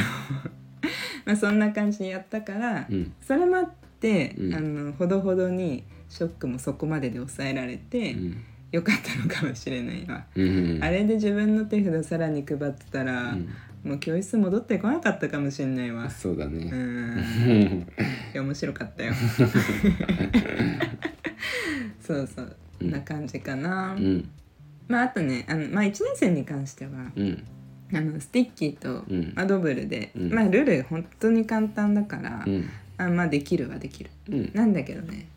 Speaker 2: まあそんな感じにやったから、
Speaker 1: うん
Speaker 2: それもあって、
Speaker 1: うん
Speaker 2: あのほどほどにショックもそこまでで抑えられて、
Speaker 1: うん
Speaker 2: よかったのかもしれないわ、
Speaker 1: うん
Speaker 2: あれで自分の手札さらに配ってたら、
Speaker 1: うん
Speaker 2: もう教室戻ってこなかったかもしれないわ
Speaker 1: そうだ
Speaker 2: う
Speaker 1: ね
Speaker 2: んいや面白かったよそうそう、
Speaker 1: うん
Speaker 2: な感じかな、
Speaker 1: うん
Speaker 2: まああとねあの、まあ、1年生に関しては
Speaker 1: うん
Speaker 2: あのスティッキーと
Speaker 1: うん
Speaker 2: アドブルで、
Speaker 1: うん
Speaker 2: まあルール本当に簡単だから、
Speaker 1: うん
Speaker 2: あまあできるはできる
Speaker 1: うん
Speaker 2: なんだけどね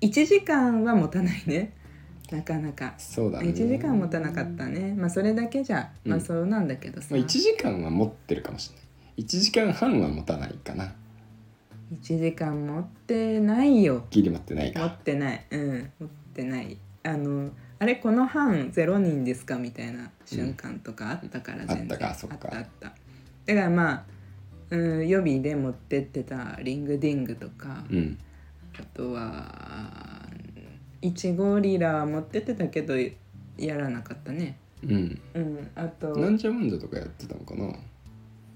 Speaker 2: 1時間は持たないねなかなか
Speaker 1: そうだね
Speaker 2: 1時間持たなかったねまあそれだけじゃ、ま
Speaker 1: う
Speaker 2: あ
Speaker 1: ん
Speaker 2: そうなんだけどさ、
Speaker 1: まあ1時間は持ってるかもしれない1時間半は持たないかな
Speaker 2: 1時間持ってないよ
Speaker 1: ギリ持ってない
Speaker 2: 持
Speaker 1: か
Speaker 2: ってないうん持ってないあのあれこの班0人ですかみたいな瞬間とかあったから
Speaker 1: ん
Speaker 2: 全然、
Speaker 1: あったかそっか
Speaker 2: あったあっただからまあ、うん、予備で持ってってたリングディングとか、
Speaker 1: うん
Speaker 2: あとはイチゴリラは持ってってたけどやらなかったね
Speaker 1: うん
Speaker 2: うんあと
Speaker 1: なんじゃもんじゃとかやってたのかな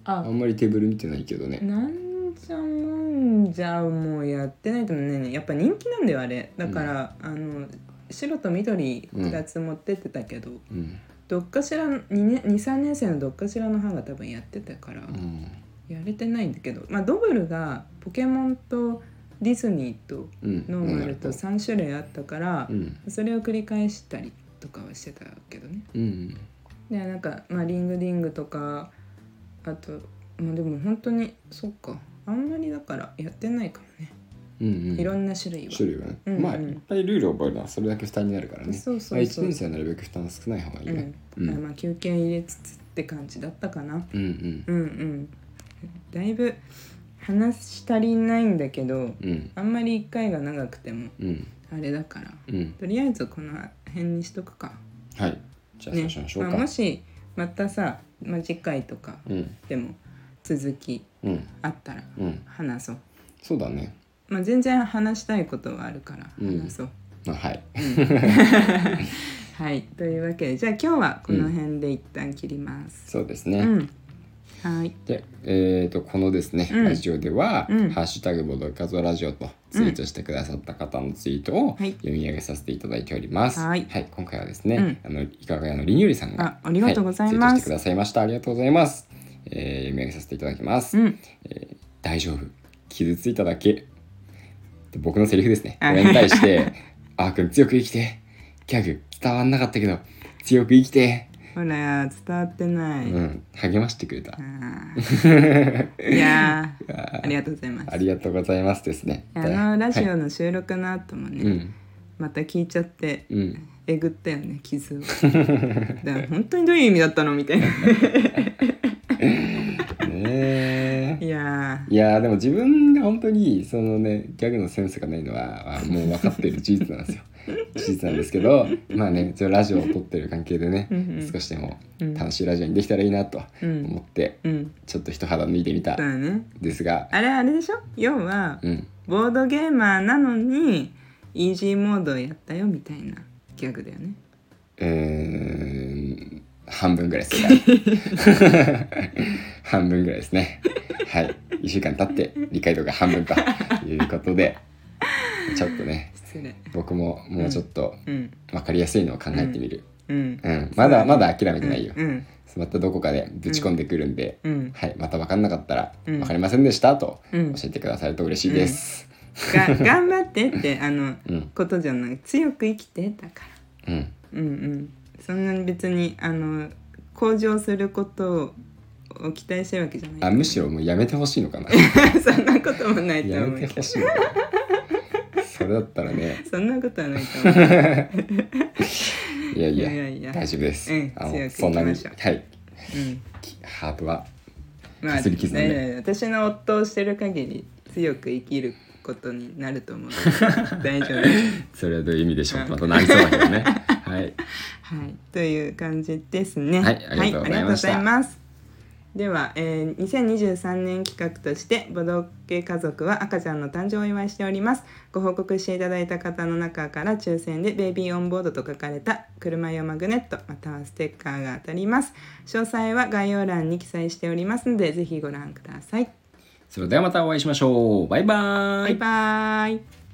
Speaker 1: あ
Speaker 2: あ
Speaker 1: んまりテーブル見てないけどね
Speaker 2: なんじゃもんじゃもうやってないと思うねやっぱ人気なんだよあれだから、あの白と緑2つ持ってってたけど、
Speaker 1: うん、
Speaker 2: どっかしら23年生のどっかしらの班が多分やってたから、
Speaker 1: うん
Speaker 2: やれてないんだけどまあドブルがポケモンとディズニーと
Speaker 1: うん、
Speaker 2: ノーマルと
Speaker 1: さ
Speaker 2: 3種類あったから
Speaker 1: う、ん
Speaker 2: それを繰り返したりとかはしてたけどね
Speaker 1: うん
Speaker 2: でなんか、まあ、リングリングとかあと、まあ、でも本当にそっかあんまりだからやってないかもね、
Speaker 1: うんうん
Speaker 2: いろんな種類は。
Speaker 1: 種類はね、
Speaker 2: うんうん
Speaker 1: まあいっぱいルールを覚えるのはそれだけ負担になるからね
Speaker 2: そうそ
Speaker 1: まあ、
Speaker 2: う
Speaker 1: 1
Speaker 2: そう、
Speaker 1: 年生はなるべく負担少ない方がいいね、
Speaker 2: うん
Speaker 1: うん
Speaker 2: あまあ、休憩入れつつって感じだったかな。
Speaker 1: うん、うん
Speaker 2: うんうん、だいぶ話し足りないんだけど
Speaker 1: うん
Speaker 2: あんまり1回が長くても
Speaker 1: うん
Speaker 2: あれだから
Speaker 1: うん
Speaker 2: とりあえずこの辺にしとくか。
Speaker 1: はいじゃあそうしましょうか、
Speaker 2: まあ、もしまたさ、まあ、次回とか
Speaker 1: うん
Speaker 2: でも続き
Speaker 1: うん
Speaker 2: あったら
Speaker 1: うん
Speaker 2: 話そう。
Speaker 1: そうだね
Speaker 2: まあ、全然話したいことはあるから
Speaker 1: うん
Speaker 2: 話そう。
Speaker 1: あ はい
Speaker 2: はいというわけでじゃあ今日はこの辺で一旦切ります。
Speaker 1: そうですね、
Speaker 2: うん、はい
Speaker 1: で、えー、とこのですね、
Speaker 2: うん
Speaker 1: ラジオでは、
Speaker 2: うん
Speaker 1: ハッシュタグボドカゾラジオ」とツイートしてくださった方のツイートを
Speaker 2: はい
Speaker 1: 読み上げさせていただいております。
Speaker 2: はい
Speaker 1: 今回はですね、あのいかがやのりんゆりさんが
Speaker 2: あありがとうございます
Speaker 1: はツイートしてくださいましたありがとうございます、えー読み上げさせていただきます。
Speaker 2: うん
Speaker 1: 大丈夫傷ついただけで僕のセリフですねこ
Speaker 2: あ
Speaker 1: れに対して 「あーくん強く生きてギャグ伝わんなかったけど強く生きて、
Speaker 2: ほら伝わってない。
Speaker 1: うん、励ましてくれた」
Speaker 2: あ ーいやー
Speaker 1: あー
Speaker 2: ありがとうございます。
Speaker 1: ありがとうございますですね。
Speaker 2: あのラジ
Speaker 1: は
Speaker 2: オの収録の後も
Speaker 1: い
Speaker 2: ね、
Speaker 1: うん
Speaker 2: また聞いちゃって
Speaker 1: うん
Speaker 2: えぐったよね 傷をだから本当にどういう意味だったのみたいな
Speaker 1: ねえ
Speaker 2: いや
Speaker 1: いやーでも自分が本当にそのねギャグのセンスがないのはあもう分かってる事実 なんですよ事実なんですけどまあね一応ラジオを撮ってる関係でね
Speaker 2: うんうん
Speaker 1: 少しでも
Speaker 2: うん
Speaker 1: 楽しいラジオにできたらいいなと
Speaker 2: ーう
Speaker 1: 思
Speaker 2: ん
Speaker 1: って
Speaker 2: うん
Speaker 1: ちょっと一肌脱いでみた
Speaker 2: そうだね
Speaker 1: ですが
Speaker 2: あれあれでしょ要は
Speaker 1: うん
Speaker 2: ボードゲーマーなのにイージーモードをやったよみたいなギャグだよね
Speaker 1: うーん半分ぐらい正解 半分ぐらいですねはい1週間経って理解度が半分ということでちょっとね
Speaker 2: 失礼
Speaker 1: 僕ももうちょっと
Speaker 2: うん
Speaker 1: 分かりやすいのを考えてみる、
Speaker 2: うん
Speaker 1: うんまだまだ諦めてないよ、
Speaker 2: うん
Speaker 1: またどこかでぶち込んでくるんで、
Speaker 2: うん
Speaker 1: はい、また分かんなかったら「
Speaker 2: うん
Speaker 1: 分かりませんでした」と
Speaker 2: うん
Speaker 1: 教えてくださると嬉しいです、
Speaker 2: が頑張ってってあの
Speaker 1: うん
Speaker 2: ことじゃない強く生きてだから
Speaker 1: うん
Speaker 2: うんうんそんなに別にあの向上することを期待してるわけじゃない
Speaker 1: あむしろもうやめてほしいのかな
Speaker 2: そんなこともないと
Speaker 1: や
Speaker 2: 思う
Speaker 1: めてほ
Speaker 2: けど。
Speaker 1: しいのかなそれだったらね
Speaker 2: そんなことはないと思う。
Speaker 1: いやい
Speaker 2: い
Speaker 1: や
Speaker 2: やいや。
Speaker 1: 大丈夫です、
Speaker 2: うん
Speaker 1: あの
Speaker 2: 強く
Speaker 1: そんなに
Speaker 2: いきましょう
Speaker 1: はい
Speaker 2: うん。
Speaker 1: きハートは
Speaker 2: ま あ、
Speaker 1: かすり傷ね
Speaker 2: いやいや私の夫をしてる限り強く生きることになると 思うので。大丈夫です。
Speaker 1: それはどういう意味でしょうってまたなりそうだけどねはい
Speaker 2: はい。という感じですね。
Speaker 1: はいありがとうございました
Speaker 2: はありがとうございます。では、えー、2023年企画としてボドゲ家族は赤ちゃんの誕生をお祝いしておりますご報告していただいた方の中から抽選でベイビーオンボードと書かれた車用マグネットまたはステッカーが当たります詳細は概要欄に記載しておりますのでぜひご覧ください
Speaker 1: それではまたお会いしましょうバイバーイ
Speaker 2: バイバーイ